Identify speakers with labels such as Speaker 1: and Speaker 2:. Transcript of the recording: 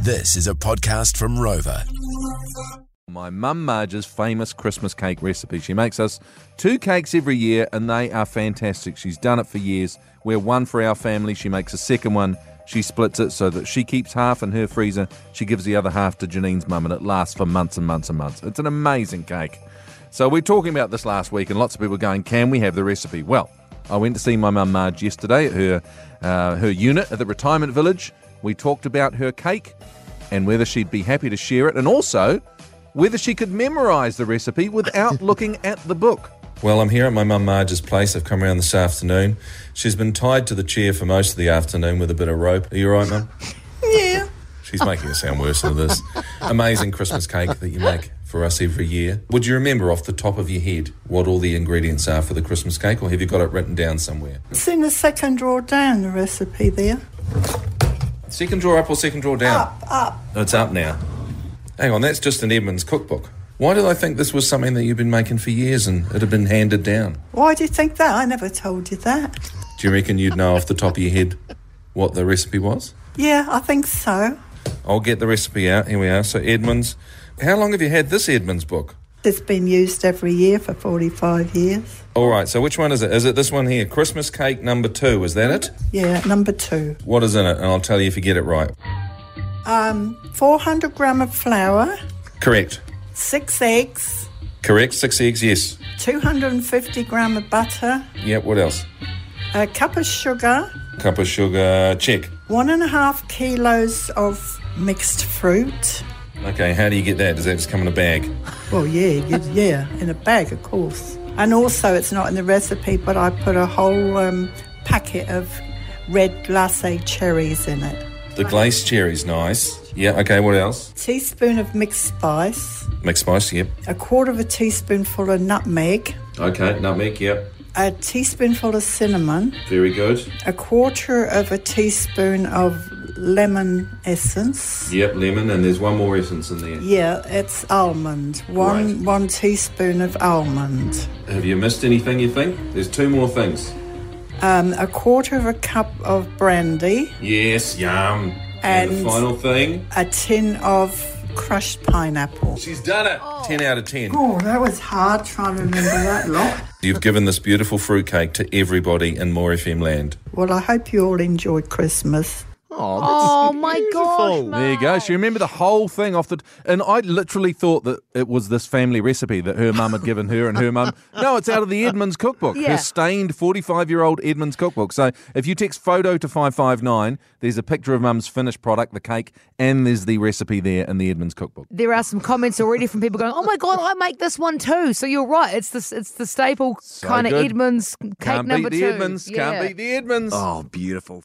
Speaker 1: This is a podcast from Rover.
Speaker 2: My mum Marge's famous Christmas cake recipe. She makes us two cakes every year and they are fantastic. She's done it for years. We're one for our family. She makes a second one. She splits it so that she keeps half in her freezer. She gives the other half to Janine's mum and it lasts for months and months and months. It's an amazing cake. So we're talking about this last week and lots of people going, can we have the recipe? Well, I went to see my mum Marge yesterday at her, uh, her unit at the retirement village. We talked about her cake and whether she'd be happy to share it and also whether she could memorize the recipe without looking at the book.
Speaker 3: Well, I'm here at my mum Marge's place. I've come around this afternoon. She's been tied to the chair for most of the afternoon with a bit of rope. Are you all right, mum?
Speaker 4: Yeah.
Speaker 3: She's making it sound worse than this. Amazing Christmas cake that you make for us every year. Would you remember off the top of your head what all the ingredients are for the Christmas cake, or have you got it written down somewhere?
Speaker 4: It's in the second drawer down, the recipe there.
Speaker 3: Second drawer up or second drawer down?
Speaker 4: Up, up.
Speaker 3: Oh, It's up now. Hang on, that's just an Edmonds cookbook. Why did I think this was something that you've been making for years and it had been handed down?
Speaker 4: Why do you think that? I never told you that.
Speaker 3: Do you reckon you'd know off the top of your head what the recipe was?
Speaker 4: Yeah, I think so.
Speaker 3: I'll get the recipe out. Here we are. So Edmonds. How long have you had this Edmonds book?
Speaker 4: It's been used every year for 45 years.
Speaker 3: All right. So which one is it? Is it this one here? Christmas cake number two. Is that it?
Speaker 4: Yeah, number two.
Speaker 3: What is in it? And I'll tell you if you get it right.
Speaker 4: Um, 400 gram of flour,
Speaker 3: Correct.
Speaker 4: six eggs,
Speaker 3: Correct. Six eggs. Yes.
Speaker 4: 250 gram of butter,
Speaker 3: Yep. What else?
Speaker 4: a cup of sugar,
Speaker 3: Cup of sugar. Check.
Speaker 4: one and a half kilos of mixed fruit.
Speaker 3: Okay. How do you get that? Does that just come in a bag?
Speaker 4: Well, yeah, you, yeah, in a bag, of course. And also, it's not in the recipe, but I put a whole um, packet of red glacé cherries in it.
Speaker 3: The glazed cherries. Nice. Yeah. Okay. What else?
Speaker 4: Teaspoon of mixed spice,
Speaker 3: Mixed spice. Yep.
Speaker 4: a quarter of a teaspoonful of nutmeg,
Speaker 3: Okay. Nutmeg. Yep.
Speaker 4: a teaspoonful of cinnamon,
Speaker 3: Very good.
Speaker 4: a quarter of a teaspoon of lemon essence.
Speaker 3: Yep. Lemon. And there's one more essence in there.
Speaker 4: Yeah, it's almond. One
Speaker 3: Right.
Speaker 4: one teaspoon of almond.
Speaker 3: Have you missed anything? You think? There's two more things.
Speaker 4: Um, a quarter of a cup of brandy.
Speaker 3: Yes, yum.
Speaker 4: And-
Speaker 3: the final thing.
Speaker 4: a tin of crushed pineapple.
Speaker 3: She's done it. 10 out of 10.
Speaker 4: Oh, that was hard trying to remember that lot.
Speaker 3: You've given this beautiful fruitcake to everybody in More FM land.
Speaker 4: Well, I hope you all enjoy Christmas.
Speaker 5: Oh my gosh,
Speaker 2: There you go. She remembered the whole thing off the. And I literally thought that it was this family recipe that her mum had given her and her mum. No, it's out of the Edmonds cookbook,
Speaker 5: Yeah.
Speaker 2: her stained 45 year old Edmonds cookbook. So if you text photo to 559, there's a picture of mum's finished product, the cake, and there's the recipe there in the Edmonds cookbook.
Speaker 5: There are some comments already from people going, "Oh my god, I make this one too." So you're right. It's the it's the staple kind of
Speaker 2: good.
Speaker 5: Edmonds cake
Speaker 2: Can't
Speaker 5: number
Speaker 2: beat the
Speaker 5: two.
Speaker 2: Edmonds.
Speaker 5: Yeah.
Speaker 2: Can't beat the Edmonds.
Speaker 6: Oh, beautiful.